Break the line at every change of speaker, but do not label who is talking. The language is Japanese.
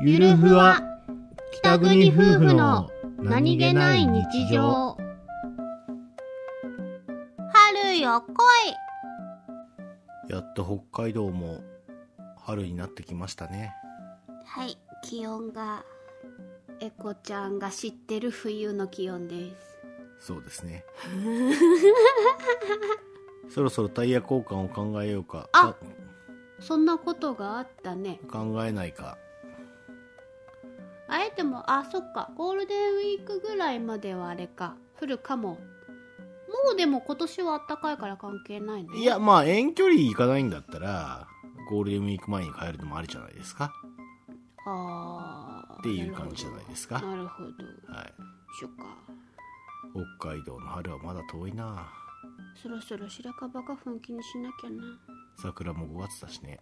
ゆるふわ北国夫婦の何気ない日常
春よ来い
やっと北海道も春になってきましたね
はい気温がエコちゃんが知ってる冬の気温です
そうです ねそろそろタイヤ交換を考えようか
あそんなことがあったね
か考えないか
あえてもあそっかゴールデンウィークぐらいまではあれか降るかももうでも今年は暖かいから関係ないね
いやまあ遠距離行かないんだったらゴールデンウィーク前に帰るのもありじゃないですか
あー
っていう感じじゃないですか
なるほど
はい
そっか
北海道の春はまだ遠いな
そろそろ白樺花粉気にしなきゃな
桜も5月だしね